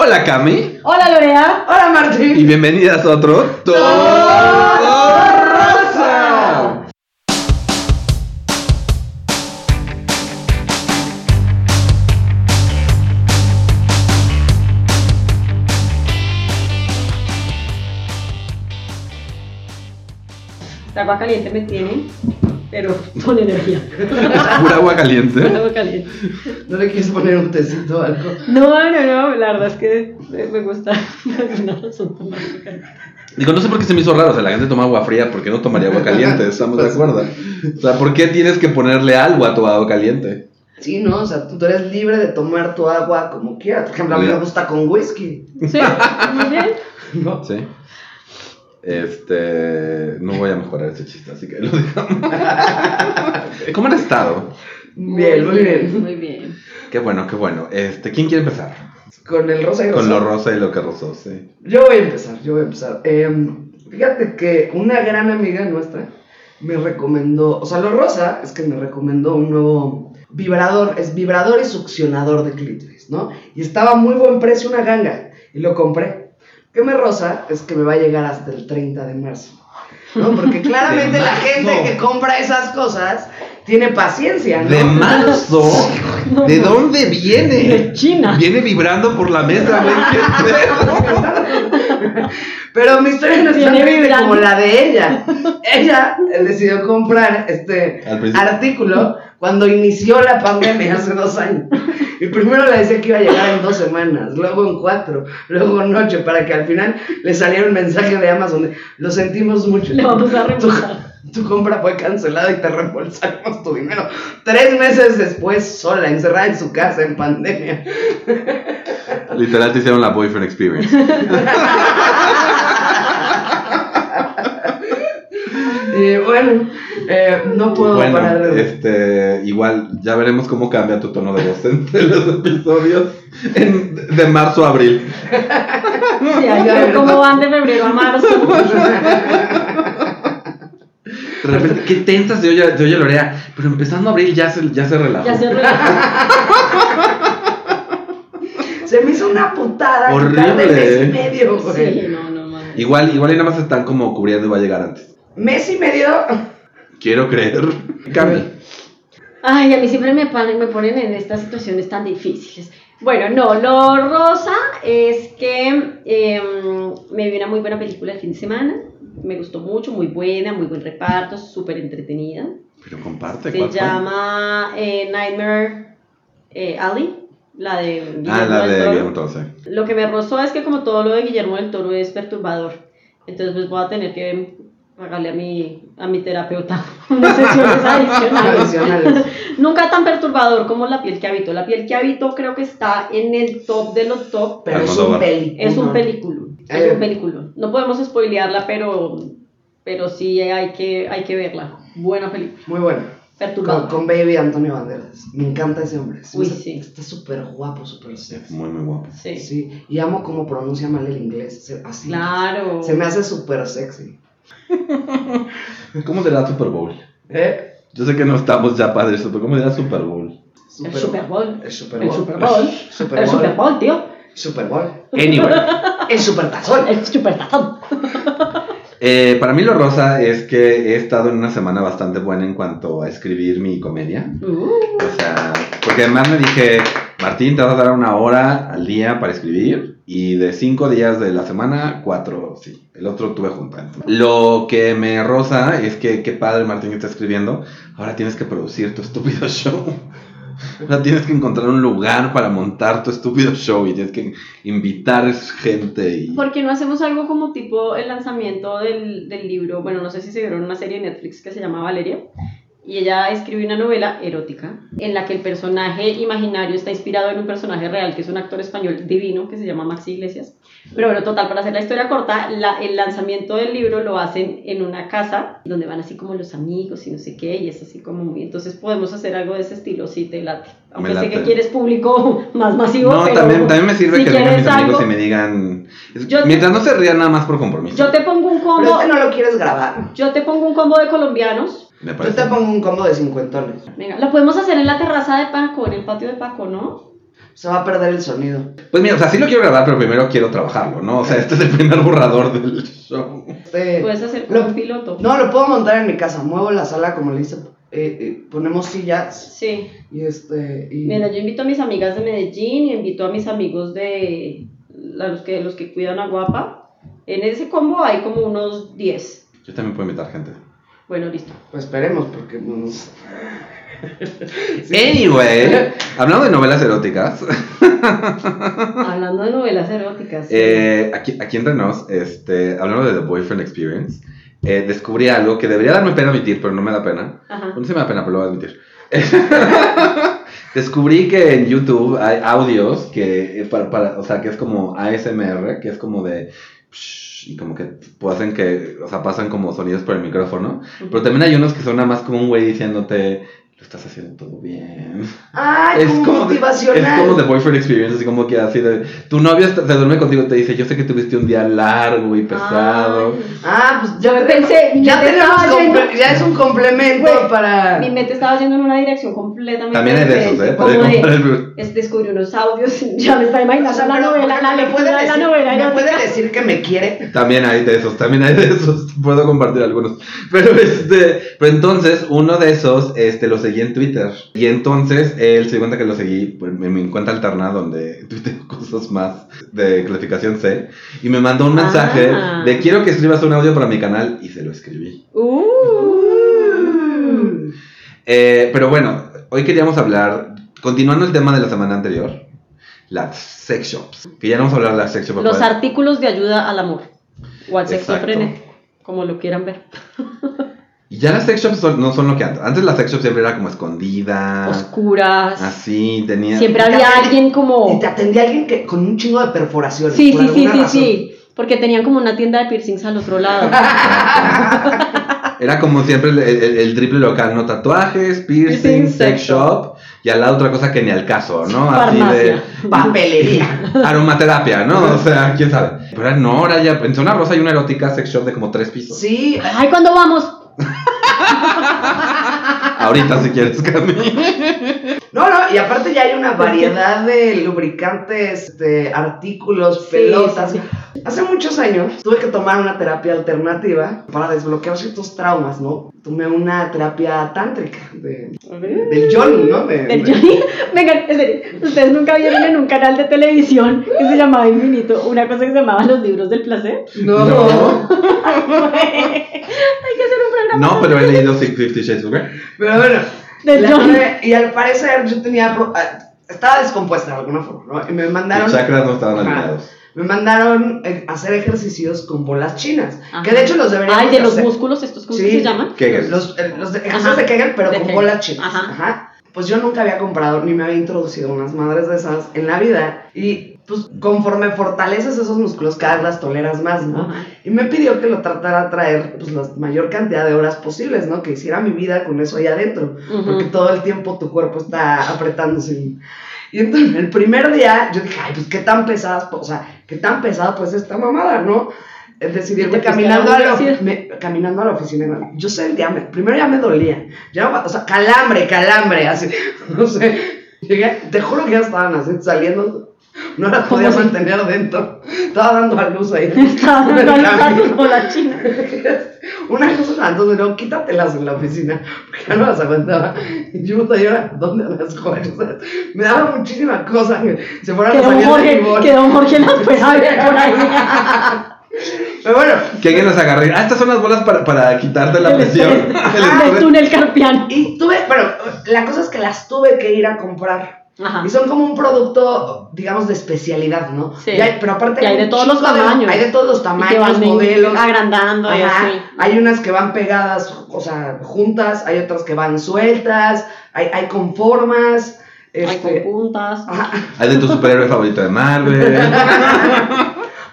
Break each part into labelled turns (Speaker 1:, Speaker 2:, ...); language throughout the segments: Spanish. Speaker 1: Hola Cami
Speaker 2: Hola Lorea.
Speaker 3: Hola
Speaker 1: y
Speaker 3: Martín.
Speaker 1: bienvenidas a otro Todo Rosa.
Speaker 2: El agua caliente me tiene, pero con energía.
Speaker 1: Es pura agua
Speaker 2: Con
Speaker 1: caliente.
Speaker 2: agua caliente.
Speaker 3: ¿No le quieres poner un tecito o algo?
Speaker 2: No, no, no, la verdad es que me gusta por alguna razón tomar agua caliente.
Speaker 1: Digo, no sé por qué se me hizo raro. O sea, la gente toma agua fría porque no tomaría agua caliente. Estamos de acuerdo. O sea, ¿por qué tienes que ponerle algo a tu agua caliente?
Speaker 3: Sí, no, o sea, tú tú eres libre de tomar tu agua como quieras. Por ejemplo, a mí me gusta con whisky.
Speaker 2: Sí, muy bien.
Speaker 3: ¿no?
Speaker 1: Sí. Este. No voy a mejorar ese chiste, así que lo dejamos. ¿Cómo han estado?
Speaker 3: Bien, muy bien.
Speaker 2: Muy bien.
Speaker 1: Qué bueno, qué bueno. Este, ¿quién quiere empezar?
Speaker 3: Con el rosa y
Speaker 1: Con lo
Speaker 3: rosa.
Speaker 1: rosa y lo que rozó, sí.
Speaker 3: Yo voy a empezar, yo voy a empezar. Em, fíjate que una gran amiga nuestra me recomendó, o sea, lo rosa es que me recomendó un nuevo vibrador, es vibrador y succionador de clítoris, ¿no? Y estaba a muy buen precio una ganga y lo compré. Lo que me rosa es que me va a llegar hasta el 30 de marzo. ¿No? Porque claramente la
Speaker 1: marzo.
Speaker 3: gente que compra esas cosas tiene paciencia, ¿no?
Speaker 1: ¿De marzo?
Speaker 2: No,
Speaker 1: ¿De
Speaker 2: no.
Speaker 1: dónde viene?
Speaker 2: De China.
Speaker 1: Viene vibrando por la mesa, güey. ¿Qué pedo?
Speaker 3: Pero mi historia no es tan
Speaker 2: Viene
Speaker 3: triste
Speaker 2: vibrante.
Speaker 3: como la de ella. Ella decidió comprar este
Speaker 1: Al principio.
Speaker 3: artículo cuando inició la pandemia hace dos años. Y primero le decía que iba a llegar en dos semanas, luego en cuatro, luego en ocho, para que al final le saliera un mensaje de Amazon de, lo sentimos mucho.
Speaker 2: Le vamos a
Speaker 3: Tu-
Speaker 2: reembolsar.
Speaker 3: Tu compra fue cancelada y te reembolsamos tu dinero. Tres meses después, sola, encerrada en su casa en pandemia.
Speaker 1: Literal te hicieron la boyfriend experience.
Speaker 3: Y bueno, eh, no puedo parar
Speaker 1: Bueno,
Speaker 3: de...
Speaker 1: este, igual ya veremos cómo cambia tu tono de voz entre los episodios en- de marzo a abril.
Speaker 2: Sí, hay que ver cómo van de febrero a marzo.
Speaker 1: De repente, qué tensa se oye, se oye Lorea, pero empezando a abril ya se, ya se relajó.
Speaker 2: Ya se relaja.
Speaker 3: Se me hizo una putada
Speaker 1: Horrible.
Speaker 3: quitarle mes y medio, güey.
Speaker 2: Sí, no, no, mames.
Speaker 1: Igual, igual y nada más están como cubriendo y va a llegar antes.
Speaker 3: Mes y medio.
Speaker 1: Quiero creer. Cami.
Speaker 2: Ay, a mí siempre me ponen, me ponen en estas situaciones tan difíciles. Bueno, no, lo rosa es que em, me vi una muy buena película el fin de semana. Me gustó mucho, muy buena, muy buen reparto, súper entretenida.
Speaker 1: Pero comparte,
Speaker 2: Se
Speaker 1: ¿cuál fue?
Speaker 2: llama eh, Nightmare eh, Alley, la de
Speaker 1: Ah,
Speaker 2: Guillermo
Speaker 1: la
Speaker 2: del
Speaker 1: de
Speaker 2: Toro.
Speaker 1: Guillermo del Toro, sí.
Speaker 2: Lo que me rozó es que como todo lo de Guillermo del Toro es perturbador, entonces pues voy a tener que pagarle a mi, a mi terapeuta unas sesiones adicionales.
Speaker 3: Adicionales.
Speaker 2: Nunca tan perturbador como la piel que habito. La piel que habito creo que está en el top de los top.
Speaker 3: Pero es
Speaker 1: Almodóvar.
Speaker 3: un película.
Speaker 2: Es un película.
Speaker 3: Ay.
Speaker 2: Es un película. No podemos spoilearla, pero, pero sí hay que, hay que verla. Buena película.
Speaker 3: Muy bueno. Con,
Speaker 2: Perturbadora.
Speaker 3: con Baby Antonio Banderas. Me encanta ese hombre. Se me
Speaker 2: Uy,
Speaker 3: hace-
Speaker 2: sí.
Speaker 3: Está súper guapo, súper sexy.
Speaker 1: Muy, muy guapo.
Speaker 2: Sí.
Speaker 3: Sí. Y amo cómo pronuncia mal el inglés. se- Así.
Speaker 2: Claro.
Speaker 3: Se me hace súper sexy.
Speaker 1: ¿Cómo será Super Bowl?
Speaker 3: ¿Eh?
Speaker 1: Yo sé que no estamos ya para eso, pero ¿cómo dirá Super Bowl?
Speaker 2: El Super Bowl.
Speaker 3: El Super
Speaker 2: El
Speaker 3: Bowl.
Speaker 2: Super Bowl.
Speaker 3: Super
Speaker 2: El
Speaker 3: Bowl.
Speaker 2: Super Bowl, tío.
Speaker 3: Super Bowl.
Speaker 1: Anyway,
Speaker 3: El Super Tazón.
Speaker 2: El Super Tazón.
Speaker 1: eh, para mí lo rosa es que he estado en una semana bastante buena en cuanto a escribir mi comedia.
Speaker 2: Uh,
Speaker 1: O sea, porque además me dije, Martín, te vas a dar una hora al día para escribir y de cinco días de la semana, cuatro, sí. El otro tuve junta. entonces. Lo que me rosa es que qué padre Martín que está escribiendo. Ahora tienes que producir tu estúpido show. Ahora tienes que encontrar un lugar para montar tu estúpido show y tienes que invitar gente y...
Speaker 2: ¿Por qué no hacemos algo como tipo el lanzamiento del, del libro? Bueno, no sé si se vieron una serie de Netflix que se llama Valeria. Y ella escribe una novela erótica en la que el personaje imaginario está inspirado en un personaje real, que es un actor español divino que se llama Maxi Iglesias. Pero bueno, total, para hacer la historia corta, la- el lanzamiento del libro lo hacen en una casa donde van así como los amigos y no sé qué, y es así como muy. Entonces podemos hacer algo de ese estilo si te late. Aunque sé que
Speaker 1: late.
Speaker 2: quieres público más masivo.
Speaker 1: No,
Speaker 2: pero
Speaker 1: también, también me sirve
Speaker 2: si
Speaker 1: que vengan
Speaker 2: quieres
Speaker 1: mis amigos
Speaker 2: algo-
Speaker 1: y me digan... es-
Speaker 2: Yo-
Speaker 1: mientras no se rían nada más por compromiso.
Speaker 2: Yo te pongo un
Speaker 3: Pero
Speaker 2: combo.
Speaker 3: este no lo quieres grabar.
Speaker 2: Yo te pongo un combo de colombianos.
Speaker 1: Me
Speaker 3: Yo
Speaker 1: parece.
Speaker 3: te pongo un combo de cincuentones.
Speaker 2: Venga, lo podemos hacer en la terraza de Paco, en el patio de Paco, ¿no?
Speaker 3: se va a perder el sonido.
Speaker 1: Pues mira, o sea, sí lo quiero grabar, pero primero quiero trabajarlo, ¿no? O sea, este es el primer borrador del show.
Speaker 3: Este,
Speaker 2: Puedes hacer como
Speaker 3: lo-
Speaker 2: un piloto.
Speaker 3: no, lo puedo montar en mi casa. Muevo la sala como le hice. eh, eh, ponemos sillas
Speaker 2: Sí.
Speaker 3: y este. Y,
Speaker 2: Mira, yo invito a mis amigas de Medellín y invito a mis amigos de a los que los que cuidan a Guapa. En ese combo hay como unos 10.
Speaker 1: Yo también puedo invitar gente.
Speaker 2: Bueno, listo.
Speaker 3: Pues esperemos, porque no nos-
Speaker 1: Anyway, hablando de novelas eróticas,
Speaker 2: Hablando de novelas eróticas.
Speaker 1: eh, aquí, aquí entre nos, este, hablando de The Boyfriend Experience, eh, descubrí algo que debería darme pena admitir, pero no me da pena.
Speaker 2: Ajá.
Speaker 1: No se me da pena, pero lo voy a admitir. descubrí que en YouTube hay audios que, eh, para, para- o sea, que es como ASMR, que es como de... psh, Y como que pues, hacen que, o sea, pasan como sonidos por el micrófono. Pero también hay unos que son nada más como un güey diciéndote, lo estás haciendo todo bien.
Speaker 3: ¡Ay, como,
Speaker 1: de-
Speaker 3: motivacional!
Speaker 1: es como de boyfriend experience, así como que así de... Tu novio está- se duerme contigo y te dice, yo sé que tuviste un día largo y pesado.
Speaker 2: Ay,
Speaker 3: Ah, pues ya
Speaker 2: Yo
Speaker 3: tenemos-
Speaker 2: pensé, mi
Speaker 3: ya,
Speaker 2: mente
Speaker 3: tenemos
Speaker 2: estaba
Speaker 3: comple-
Speaker 2: yendo-
Speaker 3: ya es un complemento
Speaker 2: Güey,
Speaker 3: para.
Speaker 2: mi mente estaba yendo en una dirección completamente
Speaker 1: También hay de esos,
Speaker 2: diferente,
Speaker 1: ¿eh?
Speaker 2: como
Speaker 1: Para
Speaker 2: de-
Speaker 1: comprar el-
Speaker 2: es, descubrí unos audios, ya me está imaginando
Speaker 3: O sea,
Speaker 2: la
Speaker 3: pero-
Speaker 2: novela, la
Speaker 3: ¿me puede
Speaker 2: lectura de la
Speaker 3: decir-
Speaker 2: novela
Speaker 3: ¿Me
Speaker 2: erótica.
Speaker 3: puede decir que me quiere?
Speaker 1: También hay de esos, también hay de esos. Puedo compartir algunos. Pero este... Pero entonces, uno de esos, este, lo seguí en Twitter. Y entonces, él se dio cuenta que lo seguí pues, en mi cuenta alterna donde tuiteo cosas más de clasificación C. Y me mandó un mensaje
Speaker 2: Ah.
Speaker 1: de, quiero que escribas un audio para mi canal. Y se lo escribí.
Speaker 2: Uh.
Speaker 1: Eh, pero bueno, hoy queríamos hablar, continuando el tema de la semana anterior, las sex shops. Que ya no vamos a hablar de las sex shops.
Speaker 2: Los
Speaker 1: ¿verdad?
Speaker 2: artículos de ayuda al amor. O al
Speaker 1: Exacto.
Speaker 2: sexofrene, como lo quieran ver.
Speaker 1: Y ya las sex shops son- no son lo que antes. Antes las sex shops siempre era como escondida.
Speaker 2: Oscuras.
Speaker 1: Ah, Así, tenía.
Speaker 2: Siempre
Speaker 3: Y te
Speaker 2: había
Speaker 3: atendí-
Speaker 2: alguien como.
Speaker 3: Y te atendí a alguien que, con un chingo de perforaciones.
Speaker 2: Sí,
Speaker 3: por
Speaker 2: sí, sí,
Speaker 3: alguna
Speaker 2: sí,
Speaker 3: razón.
Speaker 2: sí. Porque tenían como una tienda de piercings al otro lado.
Speaker 1: Era como siempre el, el- el triple local, ¿no? Tatuajes, piercing,
Speaker 2: Piercing,
Speaker 1: sex
Speaker 2: sex
Speaker 1: shop. Y al lado otra cosa que ni al caso, ¿no? Así de.
Speaker 2: Farmacia.
Speaker 3: Papelería.
Speaker 1: Aromaterapia, ¿no? O sea, quién sabe. Pero no, ahora ya. En Zona Rosa hay una erótica sex shop de como tres pisos.
Speaker 3: Sí.
Speaker 2: Ay, ¿cuándo vamos?
Speaker 1: Ahorita, si quieres, Cami.
Speaker 3: No, no, y aparte ya hay una variedad de lubricantes, este, artículos,
Speaker 2: Sí,
Speaker 3: pelotas.
Speaker 2: sí,
Speaker 3: Hace muchos años tuve que tomar una terapia alternativa para desbloquear ciertos traumas, ¿no? Tomé una terapia tántrica de- del John, ¿no? De-
Speaker 2: Del
Speaker 3: de-
Speaker 2: Johnny. Vengan, en serio, ustedes nunca vieron en un canal de televisión que se llamaba Infinito una cosa que se llamaba Los Libros del Placer.
Speaker 3: No.
Speaker 1: No.
Speaker 2: Hay que hacer un programa.
Speaker 1: No, pero he leído Six- Fifty Shades of Grey.
Speaker 3: Pero bueno.
Speaker 2: Del
Speaker 3: la
Speaker 2: Johnny.
Speaker 3: tomé Y al parecer yo tenía. pro- ah, Estaba descompuesta de alguna forma, ¿no? Y me mandaron.
Speaker 1: Los chakras no estaban
Speaker 3: Ajá.
Speaker 1: alineados.
Speaker 3: Me mandaron eh, a hacer ejercicios con bolas chinas.
Speaker 2: Ajá.
Speaker 3: Que de hecho los deberíamos
Speaker 2: Ay, de los
Speaker 3: hacer.
Speaker 2: músculos, estos, ¿cómo
Speaker 3: Sí.
Speaker 2: se llaman?
Speaker 1: Kegel.
Speaker 3: Los, eh, los de-
Speaker 2: Ajá.
Speaker 3: ejercicios de Kegel, pero
Speaker 2: De
Speaker 3: con
Speaker 2: Kegel.
Speaker 3: bolas chinas.
Speaker 2: Ajá.
Speaker 3: Ajá. Pues yo nunca había comprado ni me había introducido unas madres de esas en la vida. Y pues conforme fortaleces esos músculos, cada vez las toleras más, ¿no?
Speaker 2: Ajá.
Speaker 3: Y me pidió que lo tratara de traer pues, la mayor cantidad de horas posibles, ¿no? Que hiciera mi vida con eso ahí adentro.
Speaker 2: Ujú.
Speaker 3: Porque todo el tiempo tu cuerpo está apretándose. Y y entonces el primer día yo dije, ay, pues qué tan pesadas, po- o sea, qué tan pesada pues esta mamada, ¿no? Eh, Decidí
Speaker 2: Y te
Speaker 3: irme
Speaker 2: fuiste a la
Speaker 3: caminando a, la,
Speaker 2: universidad.
Speaker 3: me- caminando a la oficina. ¿no? Yo sentía, me, primero ya me dolía. Ya, o sea, calambre, calambre, así. No sé. Llegué, te juro que ya estaban así saliendo. No las podía
Speaker 2: ¿Cómo se-
Speaker 3: mantener dentro. Estaba dando a luz ahí.
Speaker 2: Estaba dando a luz a
Speaker 3: Caminando.
Speaker 2: tus bolas chinas.
Speaker 3: Una cosa, entonces no, quítatelas en la oficina, porque ya no las aguantaba. Y yo, puta, ¿y ahora dónde las coges? Me daba muchísima cosa que se fueran a
Speaker 2: Que don
Speaker 3: salir de
Speaker 2: Jorge,
Speaker 3: mi bol.
Speaker 2: que don Jorge las pueda ver por ahí.
Speaker 3: Pero bueno,
Speaker 1: Kegel las agarré. Ah, estas son las bolas para, para quitarte la
Speaker 2: El
Speaker 1: presión.
Speaker 2: estrés.
Speaker 1: El
Speaker 2: Del
Speaker 1: estrés.
Speaker 2: túnel carpiano.
Speaker 3: y tuve, bueno, la cosa es que las tuve que ir a comprar.
Speaker 2: Ajá.
Speaker 3: Y son como un producto, digamos, de especialidad, ¿no?
Speaker 2: Sí.
Speaker 3: Y hay- pero aparte
Speaker 2: Y hay de
Speaker 3: un
Speaker 2: todos los
Speaker 3: chingo de-
Speaker 2: tamaños.
Speaker 3: hay de todos los
Speaker 2: Y que
Speaker 3: tamaños,
Speaker 2: van
Speaker 3: modelos.
Speaker 2: agrandando y
Speaker 3: Ajá.
Speaker 2: así.
Speaker 3: Hay unas que van pegadas, o sea, juntas, hay otras que van sueltas, hay, hay con formas.
Speaker 2: Ay, con
Speaker 3: Este,
Speaker 2: puntas.
Speaker 3: ajá.
Speaker 1: Hay Ah, de tu superhéroe favorito de Marvel.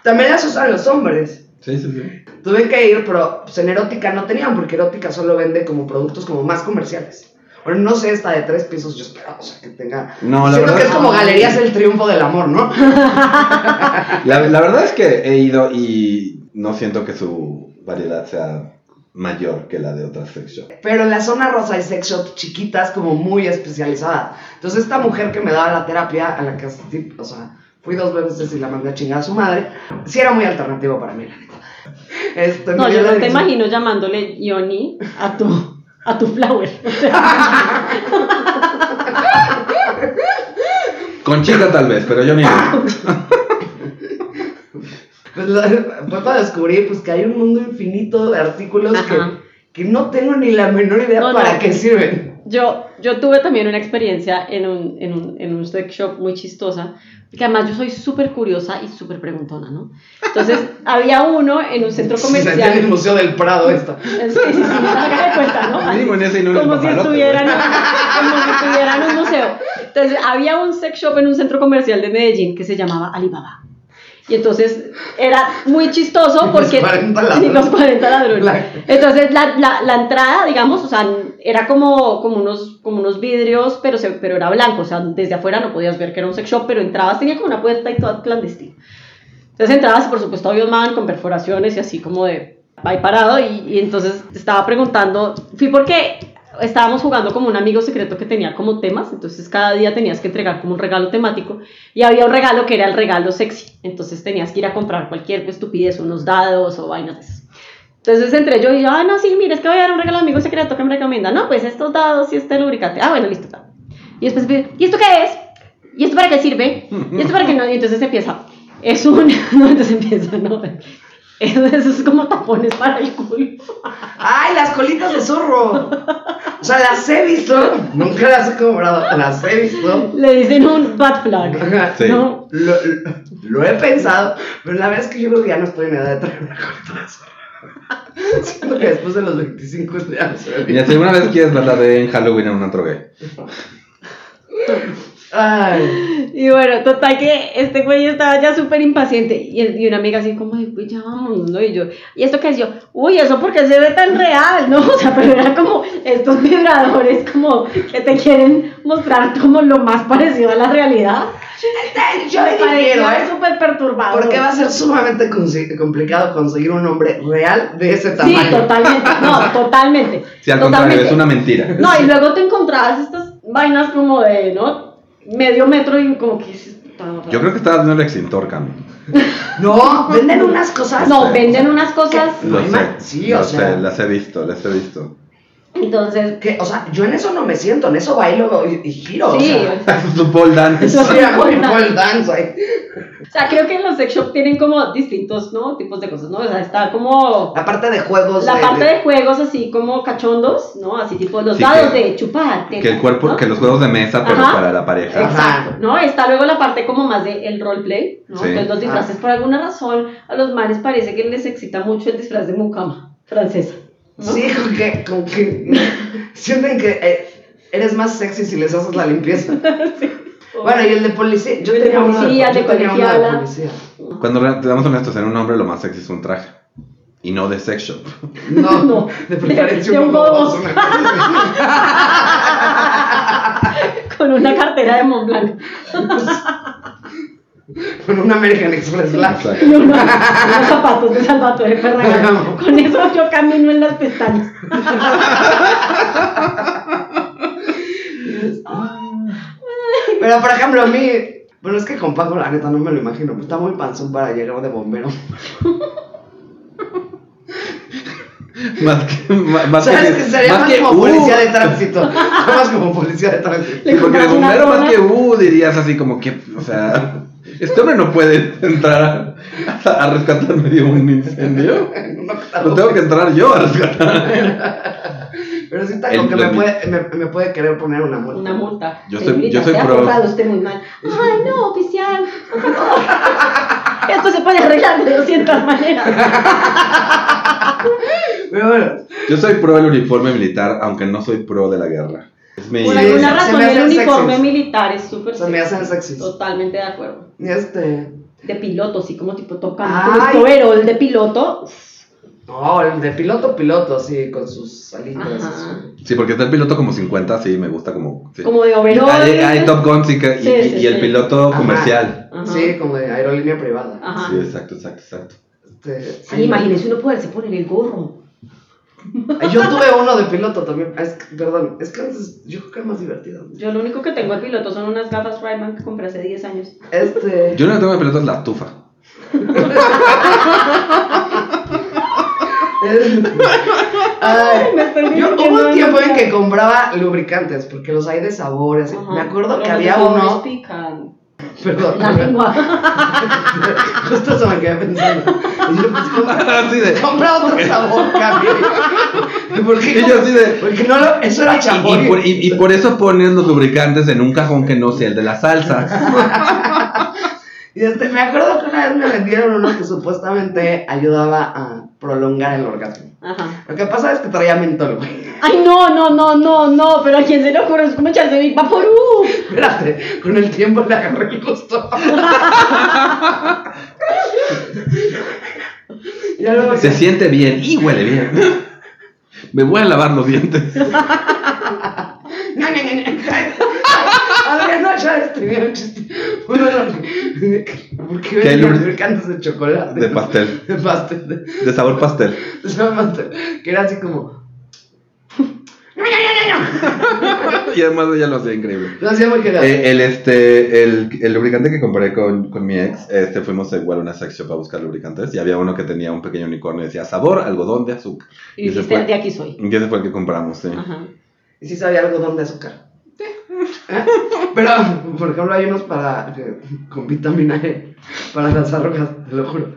Speaker 3: También las usan los hombres.
Speaker 1: Sí, sí, sí.
Speaker 3: Tuve que ir, pero pues, en erótica no tenían, porque erótica solo vende como productos como más comerciales. Bueno, no sé, esta de tres pisos, yo espero, o sea, que tenga...
Speaker 1: No, la
Speaker 3: Siento
Speaker 1: verdad,
Speaker 3: que es como
Speaker 2: no.
Speaker 3: galerías el triunfo del amor, ¿no?
Speaker 1: la, la verdad es que he ido y no siento que su variedad sea mayor que la de otras sex shops.
Speaker 3: Pero en la zona rosa hay sex shops chiquitas como muy especializadas. Entonces esta mujer que me daba la terapia, a la que asistí, o sea, fui dos veces y la mandé a chingar a su madre, sí era muy alternativo para mí, la neta. Este,
Speaker 2: No,
Speaker 3: me
Speaker 2: yo
Speaker 3: dio
Speaker 2: no
Speaker 3: la
Speaker 2: te
Speaker 3: dirección.
Speaker 2: imagino llamándole Johnny a tu, a tu flower. O sea,
Speaker 1: Conchita tal vez, pero yo ni
Speaker 3: Pues la- fue para descubrir pues, que hay un mundo infinito de artículos que,
Speaker 2: Ajá.
Speaker 3: que no tengo ni la menor idea
Speaker 2: No, no.
Speaker 3: para qué sirven.
Speaker 2: Yo, yo tuve también una experiencia en un, en un, en un sex shop muy chistosa, porque además yo soy súper curiosa y súper preguntona, ¿no? Entonces, había uno en un centro
Speaker 3: Se sentía en el
Speaker 2: comercial.
Speaker 3: Museo del Prado esta.
Speaker 2: Sí, sí, sí, haga de cuenta, ¿no?
Speaker 1: Mínimo en ese y no en el
Speaker 2: como si
Speaker 1: papalote,
Speaker 2: estuvieran en, como si estuvieran en un museo. Entonces, había un sex shop en un centro comercial de Medellín que se llamaba Alibaba. Y entonces era muy chistoso
Speaker 3: Los
Speaker 2: porque...
Speaker 3: 40
Speaker 2: Sí,
Speaker 3: ladrones.
Speaker 2: los 40 ladrones.
Speaker 3: La-
Speaker 2: Entonces la, la- la entrada, digamos, o sea, era como, como, unos, como unos vidrios, pero, se- pero era blanco, o sea, desde afuera no podías ver que era un sex shop, pero entrabas, tenía como una puerta y toda clandestina. Entonces entrabas, por supuesto, había un man con perforaciones y así como de ahí parado. Y, y entonces estaba preguntando, fui porque estábamos jugando como un amigo secreto que tenía como temas. Entonces cada día tenías que entregar como un regalo temático. Y había un regalo que era el regalo sexy. Entonces tenías que ir a comprar cualquier estupidez, unos dados o vainas de esas. Entonces entre yo y yo, ah, no, sí, mira, es que voy a dar un regalo a amigo secreto que me recomienda. No, pues estos dados y este lubricante. Ah, bueno, listo. tal. Y después, ve, ¿y esto qué es? ¿Y esto para qué sirve? ¿Y esto para qué no? Y entonces empieza, es un, no, entonces empieza, no, es, es como tapones para el culo.
Speaker 3: ¡Ay, las colitas de zorro! O sea, las he visto. Nunca las he comprado. Las he visto.
Speaker 2: Le dicen un butt plug.
Speaker 3: Ajá.
Speaker 1: Sí.
Speaker 2: No,
Speaker 3: Lo, lo- lo he pensado, pero la verdad es que yo creo que ya no estoy en edad de traer una colita de zorro. Siento que después de los 25 ya no se ve bien.
Speaker 1: Mira, si alguna vez quieres verla de en Halloween en un antro gay.
Speaker 3: Ay.
Speaker 2: y bueno, total que este güey estaba ya súper impaciente y, el- y una amiga así como, ay, güey, ya vámonos, ¿no? Y yo, ¿y esto qué es? Yo, uy, eso porque se ve tan real, ¿no? O sea, pero era como estos vibradores como que te quieren mostrar como lo más parecido a la realidad.
Speaker 3: Yo me
Speaker 2: pareció
Speaker 3: difiero, ¿eh?
Speaker 2: súper perturbador.
Speaker 3: Porque va a ser sumamente consi- complicado conseguir un hombre real de ese
Speaker 2: Sí,
Speaker 3: tamaño.
Speaker 2: totalmente, no, totalmente.
Speaker 1: Si al
Speaker 2: totalmente.
Speaker 1: contrario, es una mentira.
Speaker 2: No, y luego te encontrabas estas vainas como de, ¿no? Medio metro y como que... es-
Speaker 1: Yo creo que estabas viendo el extintor, Cami.
Speaker 3: No, venden unas cosas.
Speaker 2: No, venden unas cosas,
Speaker 3: No,
Speaker 1: Lo
Speaker 3: hay
Speaker 1: sé.
Speaker 3: ma- sí, o
Speaker 1: lo
Speaker 3: sea.
Speaker 1: sé, las he visto, las he visto.
Speaker 2: entonces...
Speaker 3: Que, o sea, yo en eso no me siento, en eso bailo y, y giro.
Speaker 2: Sí,
Speaker 3: O sea,
Speaker 1: Es un pole dance.
Speaker 3: sí, hago mi pole dance ahí.
Speaker 2: o sea, creo que los sex shop tienen como distintos, ¿no? Tipos de cosas, ¿no? O sea, está como
Speaker 3: La parte de juegos.
Speaker 2: la
Speaker 3: de-
Speaker 2: parte de juegos así como cachondos, ¿no? Así tipo los
Speaker 1: Sí,
Speaker 2: dados
Speaker 1: que-
Speaker 2: de chupar.
Speaker 1: Que el cuerpo,
Speaker 2: ¿no?
Speaker 1: que los juegos de mesa, pero
Speaker 2: Ajá.
Speaker 1: para la pareja.
Speaker 2: Exacto, ¿no? Está luego la parte como más de el roleplay, ¿no?
Speaker 1: Sí.
Speaker 3: Ah.
Speaker 2: Entonces los disfraces, por alguna razón, a los manes parece que les excita mucho el disfraz de mucama francesa. ¿no?
Speaker 3: Sí, con que, con que sienten que eh, eres más sexy si les haces la limpieza. Bueno, y el de policía. Yo
Speaker 2: El de
Speaker 3: tenía uno
Speaker 2: policía, el de
Speaker 3: yo tenía uno
Speaker 2: colegiala.
Speaker 3: policía.
Speaker 1: Cuando re- te damos honestos, en un hombre lo más sexy es un traje. Y no de sex shop.
Speaker 3: No,
Speaker 2: No.
Speaker 3: de preferencia
Speaker 2: De
Speaker 3: un
Speaker 2: un
Speaker 3: bobo.
Speaker 2: bobo. con una cartera de Mont Blanc
Speaker 3: Con un American Express Black.
Speaker 1: Exacto.
Speaker 2: y unos, unos zapatos de Salvatore Ferragamo. Con eso yo camino en las pestañas.
Speaker 3: Pero por ejemplo, a mí. Bueno, es que con Paco, la neta, no me lo imagino. pero Está muy panzón para llegar de bombero.
Speaker 1: Más que. Más, más
Speaker 3: ¿Sabes?
Speaker 1: que,
Speaker 3: Que sería más,
Speaker 1: que,
Speaker 3: como
Speaker 1: uh,
Speaker 3: policía de tránsito. más como policía de tránsito.
Speaker 1: Sí, porque de
Speaker 2: compras una
Speaker 1: bombero más
Speaker 2: dona.
Speaker 1: que uh, dirías así como que, o sea, este hombre no puede entrar a, a rescatarme de un incendio.
Speaker 3: No,
Speaker 1: Lo tengo que entrar yo a rescatar.
Speaker 3: Pero sí está
Speaker 1: El
Speaker 3: con que me
Speaker 1: plan-
Speaker 3: puede, me, me puede querer poner una multa.
Speaker 2: Una multa.
Speaker 1: Yo soy-
Speaker 2: Señorita,
Speaker 1: yo soy
Speaker 2: se ha
Speaker 1: pro.
Speaker 2: portado usted muy mal. Ay, no, oficial. por favor. Esto se puede arreglar de 200 maneras.
Speaker 3: Pero bueno,
Speaker 1: Yo soy pro del uniforme militar, aunque no soy pro de la guerra. Es mi.
Speaker 2: Por
Speaker 3: Sí,
Speaker 2: alguna
Speaker 3: se
Speaker 2: razón
Speaker 3: me
Speaker 2: el
Speaker 3: hacen
Speaker 2: uniforme
Speaker 3: sexys.
Speaker 2: militar es súper
Speaker 3: se me
Speaker 2: sexy.
Speaker 3: hacen sexys.
Speaker 2: Totalmente de acuerdo.
Speaker 3: Y este.
Speaker 2: De piloto, sí, como tipo tocando.
Speaker 3: Ay.
Speaker 2: Como estoverol de piloto.
Speaker 3: No, el de piloto, piloto, sí, con sus alitas.
Speaker 2: Ajá.
Speaker 1: Sí, porque está el piloto como 50, sí, me gusta como. Sí.
Speaker 2: Como de overol.
Speaker 1: Hay, hay Top Gun sí, que- y,
Speaker 2: Sí,
Speaker 1: y-
Speaker 2: sí,
Speaker 1: y el
Speaker 2: sí.
Speaker 1: piloto
Speaker 3: Ajá.
Speaker 1: comercial.
Speaker 2: Ajá.
Speaker 3: Sí, como de aerolínea privada.
Speaker 2: Ajá.
Speaker 1: Sí, exacto, exacto, exacto.
Speaker 3: Este,
Speaker 2: Ay, imagínese uno poderse poner el gorro.
Speaker 3: Yo tuve uno de piloto también. Ah, es que- perdón, es que antes yo creo que era más divertido.
Speaker 2: Yo lo único que tengo al piloto son unas gafas Rayman que compré hace 10 años.
Speaker 3: Este.
Speaker 1: Yo no tengo de pelotas la tufa.
Speaker 3: Ay,
Speaker 2: Me estoy
Speaker 3: yo
Speaker 2: divirtiendo
Speaker 3: hubo un tiempo en
Speaker 2: demasiado.
Speaker 3: que compraba lubricantes, porque los hay de sabores.
Speaker 2: Ajá.
Speaker 3: Me acuerdo que
Speaker 2: Los
Speaker 3: había
Speaker 2: sabores
Speaker 3: uno.
Speaker 2: pican.
Speaker 3: Perdón,
Speaker 2: La lengua.
Speaker 3: justo se me quedé pensando. Y yo, pues, ¿cómo?
Speaker 1: Así de.
Speaker 3: compra otro sabor, Cami. ¿Y por qué?
Speaker 1: Y yo así de-
Speaker 3: Porque no lo, eso era
Speaker 1: Ah, Y, y
Speaker 3: chamoy.
Speaker 1: por, y- y por eso pones los lubricantes en un cajón que no sea el de la salsa.
Speaker 3: Y este, me acuerdo que una vez me vendieron uno que supuestamente ayudaba a prolongar el orgasmo.
Speaker 2: Ajá.
Speaker 3: Lo que pasa es que traía mentol, güey.
Speaker 2: Ay, no, no, no, no, no. Pero a quién se le ocurre es como echarse Big Vaporú.
Speaker 3: Espérate, con el tiempo le agarré el gusto. ya luego
Speaker 1: Se siente bien y huele bien. Me voy a lavar los dientes.
Speaker 3: No, no, no, no. Adriana ya escribió un chiste. Bueno, no. ¿Por qué
Speaker 1: Que hay
Speaker 3: ves
Speaker 1: lubri-
Speaker 3: lubricantes de chocolate?
Speaker 1: De pastel.
Speaker 3: De pastel. De,
Speaker 1: De sabor pastel.
Speaker 3: de pastel. Que era así como. No, no, no, no, no.
Speaker 1: Y además ella lo hacía increíble.
Speaker 3: Lo hacía porque era.
Speaker 1: Eh, el, este, el, el lubricante que compré con, con mi ex, este, fuimos igual a una sex shop a buscar lubricantes y había uno que tenía un pequeño unicornio y decía sabor, algodón de azúcar.
Speaker 2: Y
Speaker 1: se
Speaker 2: dijiste,
Speaker 1: fue.
Speaker 2: de aquí soy.
Speaker 1: Y ese fue el que compramos, sí.
Speaker 2: Ajá.
Speaker 3: Y sí sabía algodón de azúcar. ¿Eh? Pero, por ejemplo, hay unos para. que- con vitamina E. Para las arrugas, te lo juro.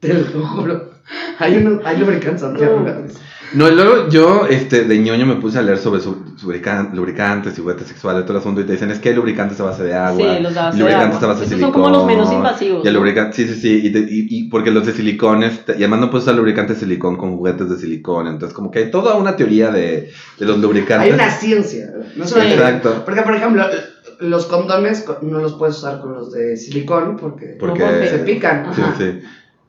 Speaker 3: Te lo juro. Hay, unos, hay lubricantes antiarrugas.
Speaker 1: No, y luego yo este, de ñoño me puse a leer sobre su- lubrican- lubricantes y juguetes sexuales, todo el asunto, y te dicen es que hay lubricantes a base de agua.
Speaker 2: Sí, los de base de
Speaker 1: lubricantes
Speaker 2: agua.
Speaker 1: a base de
Speaker 2: Estos
Speaker 1: silicón.
Speaker 2: son como los menos invasivos,
Speaker 1: Y el
Speaker 2: ¿no?
Speaker 1: lubricante, sí, sí, sí, y, te- y- y porque los de silicones, te- y además no puedes usar lubricante de silicón con juguetes de silicón, entonces como que hay toda una teoría de, de los lubricantes.
Speaker 3: Hay una ciencia. No es una
Speaker 2: Sí.
Speaker 3: teoría.
Speaker 1: Exacto.
Speaker 3: Porque, por ejemplo, los condones co- no los puedes usar con los de silicón porque
Speaker 1: Porque
Speaker 2: Porque
Speaker 3: se pican.
Speaker 1: Sí,
Speaker 3: Ajá.
Speaker 1: sí.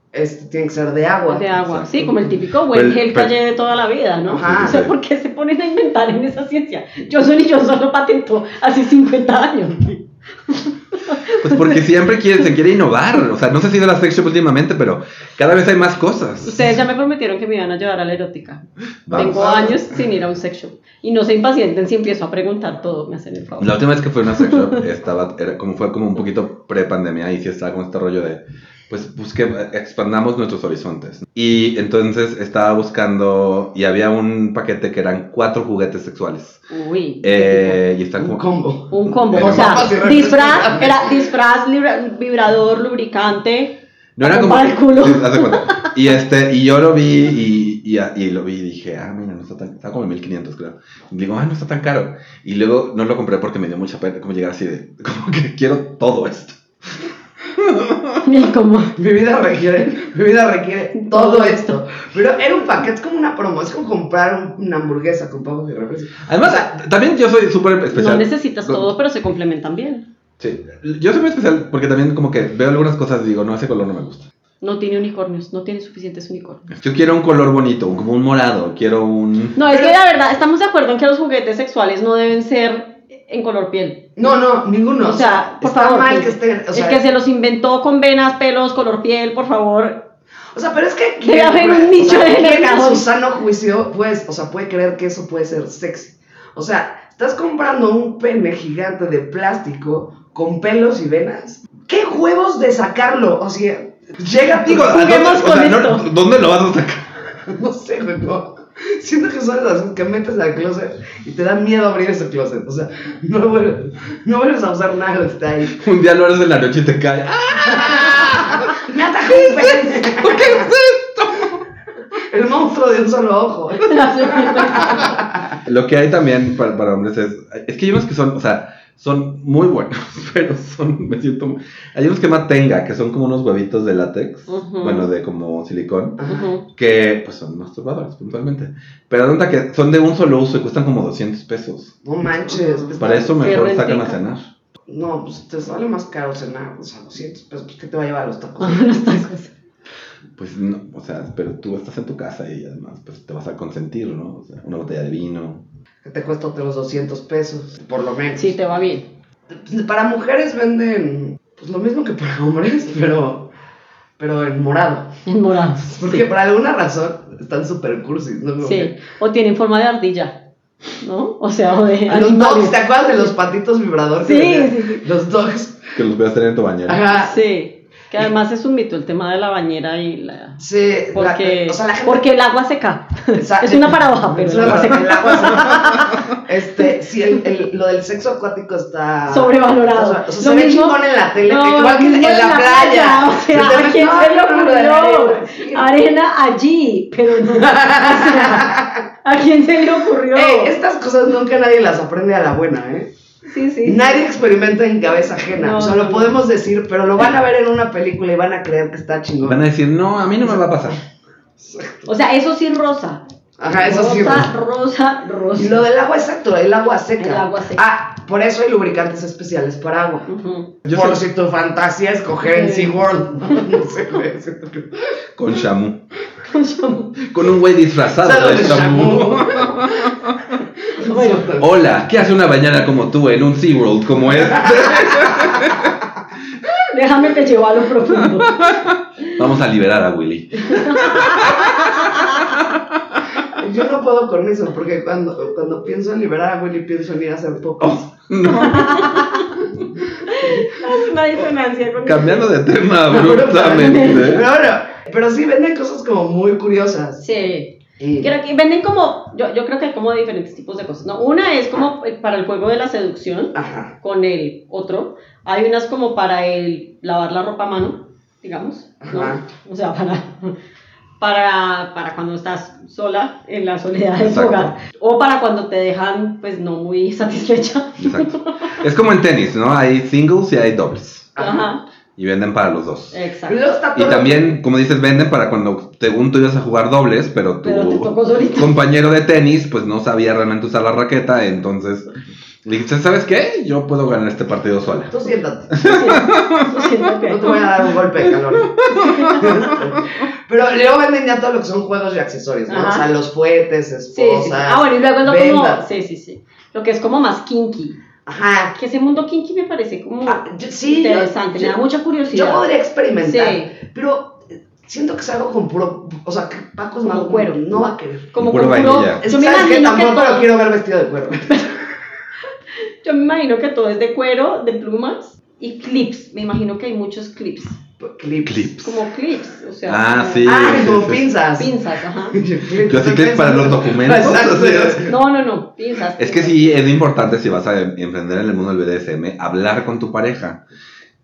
Speaker 3: Este tiene que ser de agua.
Speaker 2: De agua.
Speaker 1: Exacto. Pues,
Speaker 2: Sí, como el típico
Speaker 1: Pero-
Speaker 2: buen gel
Speaker 1: pero-
Speaker 2: calle de toda la vida, ¿no?
Speaker 3: Ajá.
Speaker 2: O sea, ¿por qué se ponen a inventar en esa ciencia? Johnson y Johnson lo patentó hace 50 años.
Speaker 1: Pues porque siempre quiere, se quiere innovar, o sea, no sé si de la sex shop últimamente, pero cada vez hay más cosas.
Speaker 2: Ustedes ya me prometieron que me iban a llevar a la erótica.
Speaker 1: Vamos.
Speaker 2: Tengo años sin ir a un sex shop. Y no se impacienten si empiezo a preguntar todo, me hacen el favor.
Speaker 1: La última vez que fue a una sex shop estaba, era como fue como un poquito pre-pandemia y sí estaba con este rollo de, pues busque, expandamos nuestros horizontes. Y entonces estaba buscando y había un paquete que eran cuatro juguetes sexuales.
Speaker 2: Uy.
Speaker 1: Eh, y está
Speaker 3: Un
Speaker 1: como...
Speaker 3: combo.
Speaker 2: Un combo,
Speaker 1: Pero
Speaker 2: o sea,
Speaker 3: papas y refrescos.
Speaker 2: disfraz, era disfraz, libra- vibrador, lubricante.
Speaker 1: No era como...
Speaker 2: Para el culo.
Speaker 1: Sí, haz de cuenta. Y, este, y yo lo vi y, y, y lo vi y dije, ah, mira, no está tan... Está como en 1500, creo. Y digo, ah, no está tan caro. Y luego no lo compré porque me dio mucha pena como llegar así de, como que quiero todo esto.
Speaker 2: Y como,
Speaker 3: Mi vida requiere, mi vida requiere todo esto. Pero era un paquete, es como una promo, es como comprar un- una hamburguesa con papas y refresco.
Speaker 1: Además, ah, también yo soy súper especial.
Speaker 2: no necesitas
Speaker 1: Con-
Speaker 2: todo, pero se complementan bien.
Speaker 1: Sí, yo soy muy especial porque también como que veo algunas cosas y digo, no, ese color no me gusta.
Speaker 2: No tiene unicornios, no tiene suficientes unicornios.
Speaker 1: Yo quiero un color bonito, como un morado, quiero un...
Speaker 2: No, es que la verdad, estamos de acuerdo en que los juguetes sexuales no deben ser en color piel.
Speaker 3: No, no, ninguno.
Speaker 2: o sea, por
Speaker 3: está
Speaker 2: favor.
Speaker 3: mal
Speaker 2: pues,
Speaker 3: que esté. O sea,
Speaker 2: el que se los inventó con venas, pelos, color piel, por favor.
Speaker 3: o sea, pero es que.
Speaker 2: Debe haber un nicho
Speaker 3: o sea,
Speaker 2: de
Speaker 3: ¿quién en
Speaker 2: mercado.
Speaker 3: su sano juicio, pues, o sea, puede creer que eso puede ser sexy. O sea, estás comprando un pene gigante de plástico con pelos y venas. ¿Qué huevos de sacarlo? O sea, llega tu-
Speaker 1: Digo, ¿a dónde,
Speaker 2: Juguemos
Speaker 1: o
Speaker 2: con
Speaker 1: sea, no-
Speaker 2: esto.
Speaker 1: ¿dónde lo vas a sacar?
Speaker 3: No sé, güey, no. Siento que son las que metes al closet y te da miedo abrir ese closet. O sea, no vuelves, no vuelves a usar nada de lo que está ahí.
Speaker 1: Un día lo eres de la noche y te cae. ¡Ah!
Speaker 3: ¡Me atajé!
Speaker 1: ¿Por qué es esto?
Speaker 3: El monstruo de un solo ojo.
Speaker 1: Lo que hay también para, para hombres es... Es que hay unos que son, o sea, son muy buenos, pero son... Me siento... Hay unos que matenga, que son como unos huevitos de látex,
Speaker 2: Ujú.
Speaker 1: bueno, de como silicón.
Speaker 2: Ujú.
Speaker 1: que pues son masturbadores puntualmente. Pero nota que son de un solo uso y cuestan como 200 pesos.
Speaker 3: No manches. pues,
Speaker 1: Para eso mejor
Speaker 2: Qué
Speaker 1: sacan a
Speaker 2: rentica.
Speaker 1: cenar.
Speaker 3: No, pues te sale más caro cenar. O sea, 200 pesos. Pues, ¿Qué te va a llevar a los tacos?
Speaker 2: Ah, los tacos.
Speaker 1: Pues no, o sea, pero tú estás en tu casa y además pues te vas a consentir, ¿no? O sea, una botella de vino.
Speaker 3: Que te cuesta otros 200 pesos. Por lo menos.
Speaker 2: Sí, te va bien.
Speaker 3: Pues, Para mujeres venden pues, lo mismo que para hombres, pero pero en morado.
Speaker 2: En morado.
Speaker 3: Porque por alguna razón están súper cursis, ¿no? Como
Speaker 2: Sí,
Speaker 3: que-
Speaker 2: o tienen forma de ardilla, ¿no? O sea, o de
Speaker 3: A los dogs,
Speaker 2: animales.
Speaker 3: ¿te acuerdas de los patitos vibradores? que
Speaker 2: Sí,
Speaker 3: venían?
Speaker 2: sí, sí.
Speaker 3: Los dogs.
Speaker 1: Que los veas tener en tu bañera.
Speaker 3: Ajá. Sí.
Speaker 2: Sí, que además es un mito el tema de la bañera y la...
Speaker 3: la-
Speaker 2: Porque,
Speaker 3: o sea, la gente-
Speaker 2: porque el agua seca.
Speaker 3: Exacto.
Speaker 2: Es una paradoja, pero
Speaker 3: Es
Speaker 2: el
Speaker 3: una
Speaker 2: agua
Speaker 3: paradoja,
Speaker 2: seca.
Speaker 3: el agua se- Este, sí, el- el- lo del sexo acuático está.
Speaker 2: Sobrevalorado.
Speaker 3: O sea,
Speaker 2: Lo
Speaker 3: se ve
Speaker 2: mismo-
Speaker 3: chingón en la tele,
Speaker 2: No,
Speaker 3: igual que en
Speaker 2: no
Speaker 3: la, playa.
Speaker 2: O sea,
Speaker 3: Te
Speaker 2: ¿a
Speaker 3: metes-
Speaker 2: quién
Speaker 3: no,
Speaker 2: se le
Speaker 3: no, no, no,
Speaker 2: ocurrió?
Speaker 3: sí.
Speaker 2: Arena allí, pero no. O sea, ¿A quién se le ocurrió?
Speaker 3: Ey, estas cosas nunca nadie las aprende a la buena, ¿eh?
Speaker 2: Sí, sí.
Speaker 3: Nadie experimenta en cabeza ajena.
Speaker 2: No,
Speaker 3: o sea,
Speaker 2: no,
Speaker 3: lo
Speaker 2: no.
Speaker 3: podemos decir, pero lo van a ver en una película y van a creer que está chingón.
Speaker 1: Van a decir, no, a mí no me va a pasar.
Speaker 2: O sea, eso sí rosa.
Speaker 3: Ajá, Ah, eso sí.
Speaker 2: rosa, rosa, rosa.
Speaker 3: Y lo del agua, exacto, el agua seca.
Speaker 2: El agua seca.
Speaker 3: Ah, por eso hay lubricantes especiales para agua.
Speaker 2: Ujú.
Speaker 1: Yo
Speaker 3: por
Speaker 1: sé-
Speaker 3: si tu fantasía es coger en
Speaker 2: Sí.
Speaker 3: SeaWorld. no sé, güey. siento que-
Speaker 1: Con Shamu. Con un güey disfrazado
Speaker 3: Saludos,
Speaker 1: de Shamu.
Speaker 3: Shamu.
Speaker 2: Bueno,
Speaker 1: Hola, ¿qué hace una bañera como tú en un SeaWorld como este?
Speaker 2: déjame te llevo a lo profundo.
Speaker 1: Vamos a liberar a Willy.
Speaker 3: Yo no puedo con eso, porque cuando, cuando pienso en liberar a Willy, pienso en ir a hacer poco.
Speaker 1: No,
Speaker 2: Es una disonancia con
Speaker 1: cambiando de tema
Speaker 3: Pero
Speaker 1: abruptamente.
Speaker 3: bueno, pero sí venden cosas como muy curiosas.
Speaker 2: Sí.
Speaker 3: Y-
Speaker 2: Creo que venden como, yo, yo creo que hay como diferentes tipos de cosas, ¿no? Una es como eh, para el juego de la seducción,
Speaker 3: Ajá,
Speaker 2: con el otro. Hay unas como para el lavar la ropa a mano, digamos, ¿no?
Speaker 3: Ajá.
Speaker 2: O sea, para, para, para cuando estás sola en la soledad de tu
Speaker 1: Exacto.
Speaker 2: hogar. O para cuando te dejan, pues, no muy satisfecha.
Speaker 1: Exacto. Es como en tenis, ¿no? Hay singles y hay dobles.
Speaker 2: Ajá,
Speaker 1: Y venden para los dos.
Speaker 3: Y
Speaker 2: exacto.
Speaker 3: luego está
Speaker 1: Y
Speaker 3: todo-
Speaker 1: también, como dices, venden para cuando según tú ibas a jugar dobles, pero tu
Speaker 2: Pero te tocó solita.
Speaker 1: compañero de tenis pues no sabía realmente usar la raqueta, entonces le dijiste, ¿sabes qué? Yo puedo ganar este partido sola.
Speaker 3: Tú siéntate.
Speaker 2: Lo siento, lo siento que-
Speaker 3: No te voy a dar un golpe de calor. Pero luego venden ya todo lo que son juegos y accesorios, ¿no?
Speaker 2: Ajá.
Speaker 3: O sea, los fuetes, esposas.
Speaker 2: Sí, sí, sí. Ah, bueno, y luego es lo
Speaker 3: vendas.
Speaker 2: como... Sí, sí, sí. Lo que es como más kinky.
Speaker 3: Ajá.
Speaker 2: Que ese mundo kinky me parece como
Speaker 3: Ah, yo- sí, yo-
Speaker 2: interesante. me
Speaker 3: yo-
Speaker 2: da mucha curiosidad.
Speaker 3: Yo podría experimentar.
Speaker 2: Sí.
Speaker 3: Pero eh, siento que es algo con puro. O sea, que Paco es
Speaker 2: Como
Speaker 3: malo.
Speaker 2: cuero.
Speaker 3: No va a querer.
Speaker 2: como
Speaker 1: Puro
Speaker 2: con puro-
Speaker 1: vainilla.
Speaker 2: Yo me
Speaker 3: ¿Sabes qué?
Speaker 2: imagino que
Speaker 3: Tampoco
Speaker 2: todo-
Speaker 3: lo quiero ver vestido de cuero.
Speaker 2: Yo me imagino que todo es de cuero, de plumas y clips. Me imagino que hay muchos clips.
Speaker 3: Clips.
Speaker 1: Clips.
Speaker 2: Como clips, o sea.
Speaker 1: Ah,
Speaker 2: como
Speaker 1: sí.
Speaker 3: Ah, como
Speaker 1: sí, sí.
Speaker 3: pinzas.
Speaker 2: Pinzas, ajá.
Speaker 3: Clips,
Speaker 1: Yo así que es para los documentos.
Speaker 3: Exacto.
Speaker 2: No, no, no, pinzas.
Speaker 1: Es que sí, es importante si vas a em- emprender en el mundo del BDSM, hablar con tu pareja.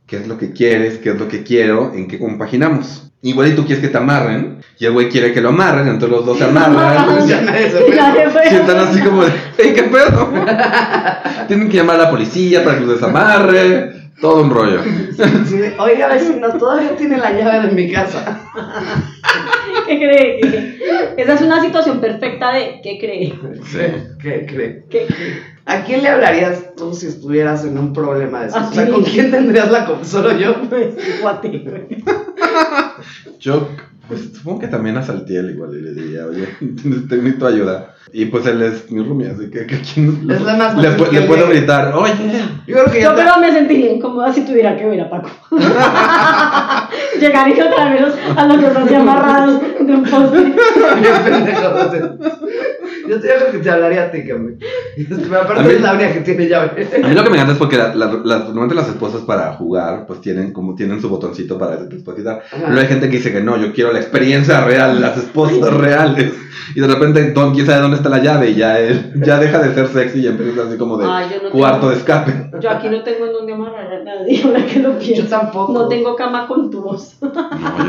Speaker 1: ¿Qué es lo que quieres? ¿Qué es lo que quiero? ¿En qué compaginamos? Igual y tú quieres que te amarren, y el güey quiere que lo amarren, entonces los dos se amarran.
Speaker 3: Ya nadie se
Speaker 2: Ya
Speaker 3: ve.
Speaker 2: se fue.
Speaker 1: Y están así como de, "Ey, ¿qué pedo? Tienen que llamar a la policía para que los desamarre. Todo un rollo.
Speaker 3: Sí, de, Oiga, vecino, todavía tiene la llave de mi casa.
Speaker 2: ¿Qué cree? ¿Qué- Esa es una situación perfecta de ¿qué cree?
Speaker 1: Sí.
Speaker 3: ¿Qué cree?
Speaker 2: ¿Qué cree?
Speaker 3: ¿A quién le hablarías tú si estuvieras en un problema de eso?
Speaker 2: ¿A
Speaker 3: O sea,
Speaker 2: mí?
Speaker 3: ¿con quién tendrías la conversación? ¿Solo yo?
Speaker 2: Pues, guate, güey.
Speaker 1: Yo pues, supongo que también asalté él igual y le diría, oye, te necesito ayuda. Y pues él es mi roomie, así que, que ¿quién
Speaker 3: Es la más
Speaker 1: le, pu-
Speaker 3: fácil
Speaker 1: le
Speaker 3: que
Speaker 1: puedo
Speaker 3: le-
Speaker 1: gritar, oye.
Speaker 3: Yo creo que ya
Speaker 2: Yo
Speaker 3: te-
Speaker 2: creo me sentiría incómoda si tuviera que ver a Paco. Llegar y traerlos a los dos así amarrados de un poste.
Speaker 3: Qué pendejo, no sé. Yo te digo que te hablaría a ti, cabrón. Pero
Speaker 1: A mí-
Speaker 3: aparte es la única que tiene llave.
Speaker 1: A mí lo que me encanta es porque la- la- las- normalmente las esposas para jugar, pues tienen como tienen su botoncito para despotitar.
Speaker 3: Ajá.
Speaker 1: Luego hay gente que dice que no, yo quiero la experiencia real, las esposas reales. Y de repente, don, quién sabe dónde está la llave y ya, es- ya deja de ser sexy y empieza así como de
Speaker 2: Ay, yo no
Speaker 1: cuarto
Speaker 2: tengo-
Speaker 1: de escape.
Speaker 2: Yo aquí no tengo en dónde amarrar a nadie, ahora que lo pienso.
Speaker 3: Yo tampoco.
Speaker 2: No tengo cama con tubos.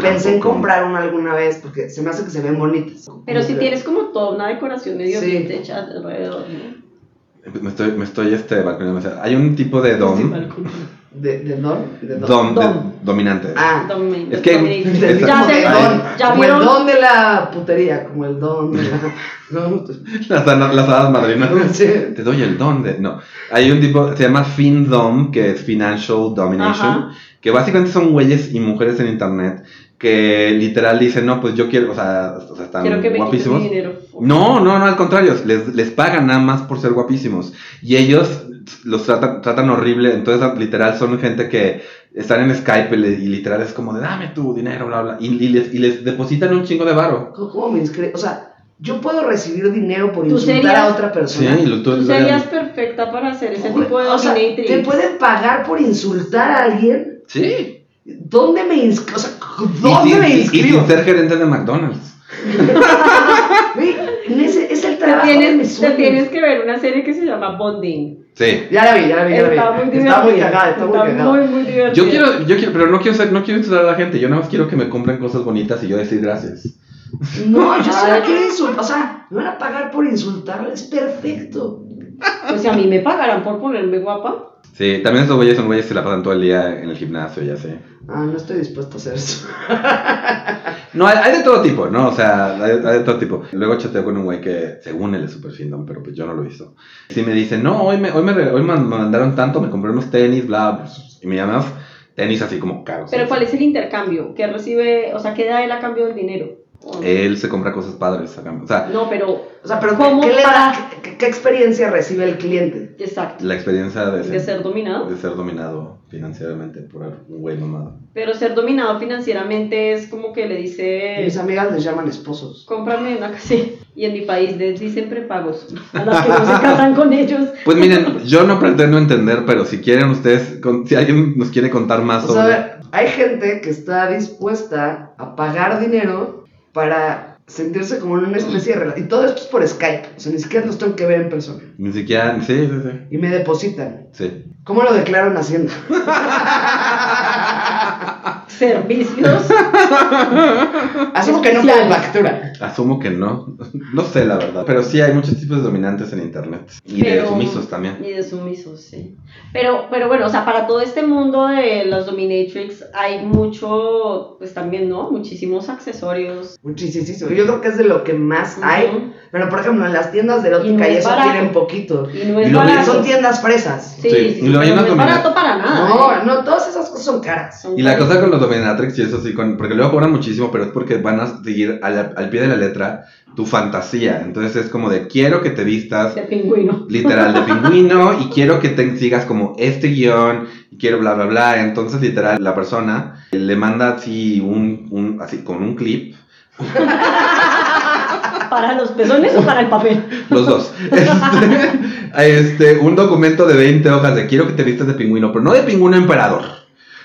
Speaker 3: Pensé en comprar una alguna vez porque se me hace que se ven bonitas.
Speaker 2: Pero si tienes como toda una decoración medio
Speaker 3: Sí.
Speaker 2: vintage alrededor, ¿no?
Speaker 1: Me estoy, me estoy este, balconeando. O sea, hay un tipo de
Speaker 2: Sí,
Speaker 1: dom,
Speaker 2: balcón.
Speaker 3: ¿De, de don? De don.
Speaker 1: dom, de-
Speaker 2: Dom.
Speaker 1: dominante.
Speaker 3: Ah,
Speaker 2: Domin-
Speaker 1: Es que-
Speaker 2: Dominic.
Speaker 3: entendí
Speaker 1: Exacto.
Speaker 2: Ya
Speaker 3: como
Speaker 2: sé,
Speaker 3: de don.
Speaker 2: ya
Speaker 3: como
Speaker 2: vieron.
Speaker 3: el don de la putería, como el don de la. No, no, pues, te-
Speaker 1: Las, hadas- las hadas madrinas.
Speaker 3: Sí.
Speaker 1: Te doy el don de... No, hay un tipo, se llama FinDom, que es Financial Domination,
Speaker 2: Ajá.
Speaker 1: que básicamente son güeyes y mujeres en internet que literal dicen, no, pues yo quiero, o sea, o sea, están
Speaker 2: Quiero que me quites mi
Speaker 1: guapísimos.
Speaker 2: dinero.
Speaker 1: No, no, no, al contrario, les, les pagan nada más por ser guapísimos. Y ellos los tratan, tratan horrible, entonces ah, literal son gente que están en Skype y, le- y literal es como de dame tu dinero, bla, bla, y, y les, y les depositan un chingo de varo.
Speaker 3: ¿Cómo, cómo me inscribo? O sea, yo puedo recibir dinero por
Speaker 2: ¿Tú
Speaker 3: insultar
Speaker 2: serías-
Speaker 3: a otra
Speaker 1: Sí,
Speaker 3: persona.
Speaker 1: y lo- tú-
Speaker 2: Tú serías perfecta para hacer ese tipo de
Speaker 3: o sea,
Speaker 2: dominatrix.
Speaker 3: ¿te pueden pagar por insultar a alguien?
Speaker 1: Sí.
Speaker 3: ¿Dónde me inscribo? O sea,
Speaker 1: y,
Speaker 3: ¿dónde
Speaker 1: sin-
Speaker 3: me
Speaker 1: y- y
Speaker 3: inscribo?
Speaker 1: sin ser gerente de McDonald's.
Speaker 3: Güey, en ese- es el
Speaker 2: Te
Speaker 3: trabajo de mis
Speaker 2: tienes, te
Speaker 3: sueños.
Speaker 2: tienes que ver una serie que se llama Bonding.
Speaker 1: Sí.
Speaker 3: Ya la vi, ya la vi, ya la vi.
Speaker 2: Está muy divertida.
Speaker 3: está muy cagada, está muy cagada.
Speaker 2: muy, muy divertida.
Speaker 1: Yo quiero, yo quiero, pero no quiero ser, no quiero insultar a la gente, yo nada más quiero que me compren cosas bonitas y yo decir gracias.
Speaker 3: No, yo sí la
Speaker 2: Ay.
Speaker 3: quiero insultar. O sea, me van a pagar por insultarla, es perfecto.
Speaker 2: Pues si a mí me pagarán por ponerme guapa.
Speaker 1: Sí, también esos güeyes son güeyes que se la pasan todo el día en el gimnasio, ya sé.
Speaker 3: Ah, no estoy dispuesto a hacer eso.
Speaker 1: No, hay, hay de todo tipo, ¿no? O sea, hay, hay de todo tipo. Luego chateo con un güey que, según él es super findom, pero pues yo no lo hizo. Si me dice, no, hoy me, hoy me, re- hoy me mandaron tanto, me compré unos tenis, bla, bla, y me llamas tenis así como caros.
Speaker 2: Pero ¿cuál es el intercambio? ¿Qué recibe? O sea, ¿qué da él a cambio del dinero? ¿O no?
Speaker 1: Él se compra cosas padres, acá. o sea,
Speaker 2: No, pero...
Speaker 3: O sea, pero
Speaker 2: ¿Cómo
Speaker 3: ¿qué, le da,
Speaker 2: para-
Speaker 3: qué, qué experiencia recibe el cliente?
Speaker 2: Exacto.
Speaker 1: la experiencia de ser,
Speaker 2: De ser dominado.
Speaker 1: de ser dominado financieramente por un güey mamado.
Speaker 2: Pero ser dominado financieramente es como que le dice...
Speaker 3: Mis amigas les llaman esposos.
Speaker 2: Cómprame una casa. Y en mi país les dicen prepagos. A las que no se casan con ellos.
Speaker 1: Pues miren, yo no pretendo entender, pero si quieren ustedes, con- si alguien nos quiere contar más
Speaker 3: O sea, a
Speaker 1: sobre...
Speaker 3: ver, hay gente que está dispuesta a pagar dinero para sentirse como en una especie de relación. Y todo esto es por Skype. O sea, ni siquiera los tengo que ver en persona.
Speaker 1: Ni siquiera, sí, sí, sí.
Speaker 3: Y me depositan.
Speaker 1: sí.
Speaker 3: ¿Cómo lo declaro en Hacienda?
Speaker 2: Servicios.
Speaker 3: Asumo que no me dan factura.
Speaker 1: Asumo que no. No sé, la verdad. Pero sí hay muchos tipos de dominantes en internet. Y de
Speaker 2: Pero-
Speaker 1: sumisos también.
Speaker 2: Y de sumisos, sí. Pero, pero bueno, o sea, para todo este mundo de las dominatrix hay mucho, pues también, ¿no? Muchísimos accesorios.
Speaker 3: Muchísimo. Yo creo que es de lo que más hay.
Speaker 2: Ujú.
Speaker 3: Pero, por ejemplo, en las tiendas de
Speaker 2: Y no
Speaker 3: erótica y,
Speaker 2: es
Speaker 3: eso
Speaker 2: barato.
Speaker 3: tienen poquito.
Speaker 2: Y no es
Speaker 1: Y lo
Speaker 2: barato.
Speaker 3: Son tiendas fresas.
Speaker 1: Sí,
Speaker 2: Sí, sí, sí,
Speaker 1: y lo
Speaker 2: pero no
Speaker 1: llaman
Speaker 2: es
Speaker 1: dominar.
Speaker 2: barato para nada. ¿eh?
Speaker 3: No, no, todas esas cosas son caras.
Speaker 2: Son
Speaker 1: Y la
Speaker 2: caros.
Speaker 1: cosa con los dominatrix y eso sí, con, porque luego cobran muchísimo, pero es porque van a seguir a la- al pie de la letra tu fantasía. Entonces es como de quiero que te vistas
Speaker 2: de pingüino.
Speaker 1: literal de pingüino y quiero que te sigas como este guión y quiero bla bla bla. Entonces literal la persona le manda así un, un así con un clip
Speaker 2: ¿Para los pezones o para el papel?
Speaker 1: Los dos. Este, este, un documento de 20 hojas de quiero que te vistas de pingüino, pero no de pingüino emperador.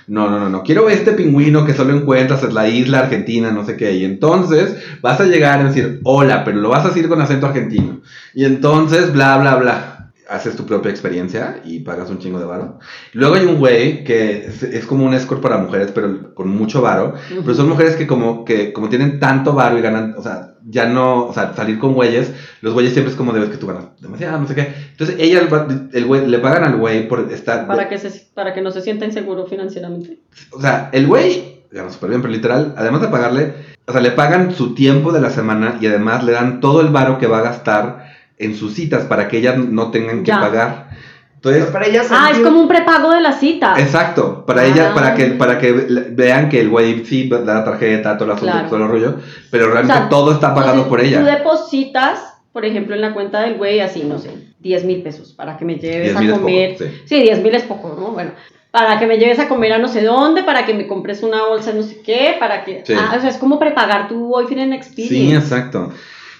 Speaker 1: No, no, no, no. Quiero este pingüino que solo encuentras en la isla argentina, no sé qué. Y entonces vas a llegar a decir hola, pero lo vas a decir con acento argentino. Y entonces bla, bla, bla. Haces tu propia experiencia y pagas un chingo de varo. Luego hay un güey que es, es como un escort para mujeres, pero con mucho varo. Pero son mujeres que como que como tienen tanto varo y ganan, o sea, ya no, o sea, salir con güeyes, los güeyes siempre es como de "Es que tú ganas demasiado, no sé qué. Entonces ella, el va- el güey, le pagan al güey por estar,
Speaker 2: Para que, se, para que no se sienta inseguro financieramente.
Speaker 1: o sea, el güey gana súper bien, pero literal, además de pagarle, o sea, le pagan su tiempo de la semana y además le dan todo el varo que va a gastar en sus citas para que ellas no tengan que
Speaker 2: Ya.
Speaker 1: pagar. Entonces,
Speaker 3: Pero para ellas
Speaker 2: Ah, es
Speaker 3: sentir-
Speaker 2: como un prepago de la cita.
Speaker 1: Exacto, para
Speaker 2: Ah.
Speaker 1: ella, para que, para que le- vean que el güey sí da la tarjeta, todo el asunto,
Speaker 2: Claro.
Speaker 1: todo el rollo, pero realmente
Speaker 2: O sea,
Speaker 1: todo está pagado
Speaker 2: Entonces,
Speaker 1: por ella.
Speaker 2: Tú depositas, por ejemplo, en la cuenta del güey, así, no sé, 10 mil pesos para que me
Speaker 1: 10,000
Speaker 2: lleves a
Speaker 1: es poco,
Speaker 2: comer.
Speaker 1: sí.
Speaker 2: Sí, 10 mil es poco, ¿no? Bueno, para que me lleves a comer a no sé dónde, para que me compres una bolsa de no sé qué, para que...
Speaker 1: Sí.
Speaker 2: Ah, o sea, es como prepagar tu boyfriend
Speaker 1: Sí,
Speaker 2: experience.
Speaker 1: exacto.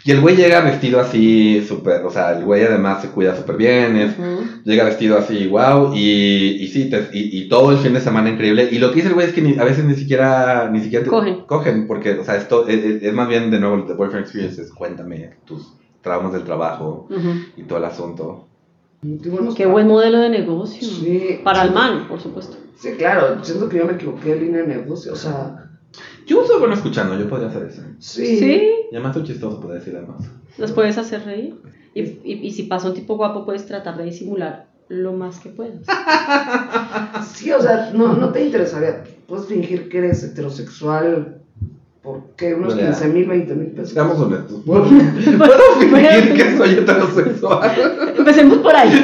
Speaker 1: Y el güey llega vestido así, súper, o sea, el güey además se cuida súper bien, es-
Speaker 2: Ujú.
Speaker 1: llega vestido así, wow, y, y sí, te- y, y todo el fin de semana increíble. Y lo que dice el güey es que ni- a veces ni siquiera, ni siquiera te-
Speaker 2: Cogen.
Speaker 1: porque, o sea, esto es, es- es más bien de nuevo The Boyfriend Experience, es cuéntame tus traumas del trabajo
Speaker 2: Ujú.
Speaker 1: y todo el asunto.
Speaker 3: Qué buenos
Speaker 2: Qué buen modelo de negocio.
Speaker 3: Sí.
Speaker 2: Para el man, por supuesto.
Speaker 3: Sí, claro, siento que yo me equivoqué de línea de negocio, o sea,
Speaker 1: Yo soy bueno escuchando, yo podría hacer eso.
Speaker 3: sí.
Speaker 2: Sí,
Speaker 1: Y además soy chistoso, podría decir además.
Speaker 2: los puedes hacer reír. Y, y- y si pasa un tipo guapo, puedes tratar de disimular lo más que puedas.
Speaker 3: Sí, o sea, no, no te interesaría. Puedes fingir que eres heterosexual por qué unos
Speaker 1: Vale.
Speaker 3: 15 mil, 20 mil pesos.
Speaker 1: Seamos honestos. ¿Puedo, puedo fingir que soy heterosexual?
Speaker 2: Empecemos por ahí.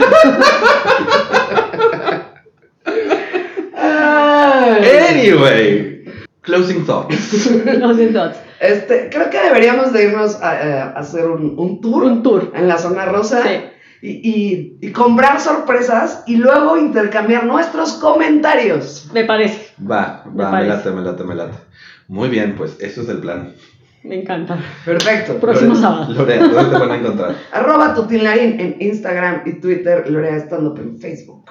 Speaker 3: Ay.
Speaker 1: Anyway. Closing thoughts.
Speaker 2: No sé, entonces.
Speaker 3: Este, creo que deberíamos de irnos a, a eh, hacer un, un tour
Speaker 2: Un tour.
Speaker 3: en la zona rosa
Speaker 2: Sí.
Speaker 3: y, y, y comprar sorpresas y luego intercambiar nuestros comentarios.
Speaker 2: Me parece,
Speaker 1: Va,
Speaker 2: Me
Speaker 1: va, me,
Speaker 2: parece.
Speaker 1: late, me late, me late. Muy bien, pues eso es el plan.
Speaker 2: me encanta.
Speaker 3: Perfecto.
Speaker 2: Próximo
Speaker 1: Lorea-
Speaker 2: sábado.
Speaker 1: Lorea, ¿dónde te van a encontrar?
Speaker 3: Arroba Tutinlarín en Instagram y Twitter, Lorea Stand Up en Facebook.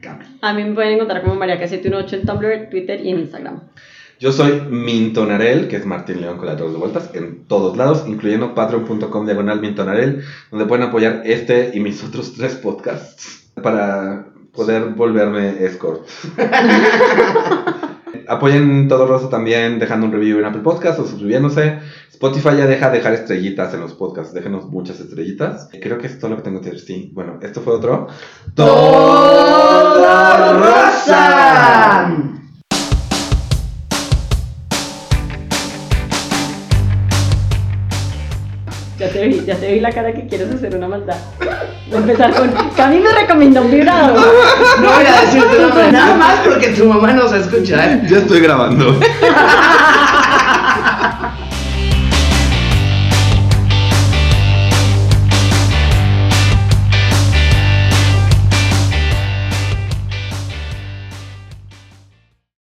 Speaker 3: Cambio.
Speaker 2: A mí me pueden encontrar como María 718 en Tumblr, Twitter y en Instagram.
Speaker 1: Yo soy Mintonarel, que es Martín León con las dos vueltas, en todos lados, incluyendo patreon.com diagonal Mintonarel, donde pueden apoyar este y mis otros tres podcasts para poder volverme escort. Apoyen todo Rosa también dejando un review en Apple Podcasts o suscribiéndose. Spotify ya deja dejar estrellitas en los podcasts, déjenos muchas estrellitas. Creo que es todo lo que tengo que decir. Sí, bueno, esto fue otro.
Speaker 3: ¡Toda Rosa!
Speaker 2: Ya te vi, ya te vi la cara que quieres hacer una maldad. Voy a empezar con, Cami me recomienda un vibrador.
Speaker 3: No voy a decir tu nombre, nada más porque tu mamá nos escucha, ¿eh?
Speaker 1: Ya estoy grabando.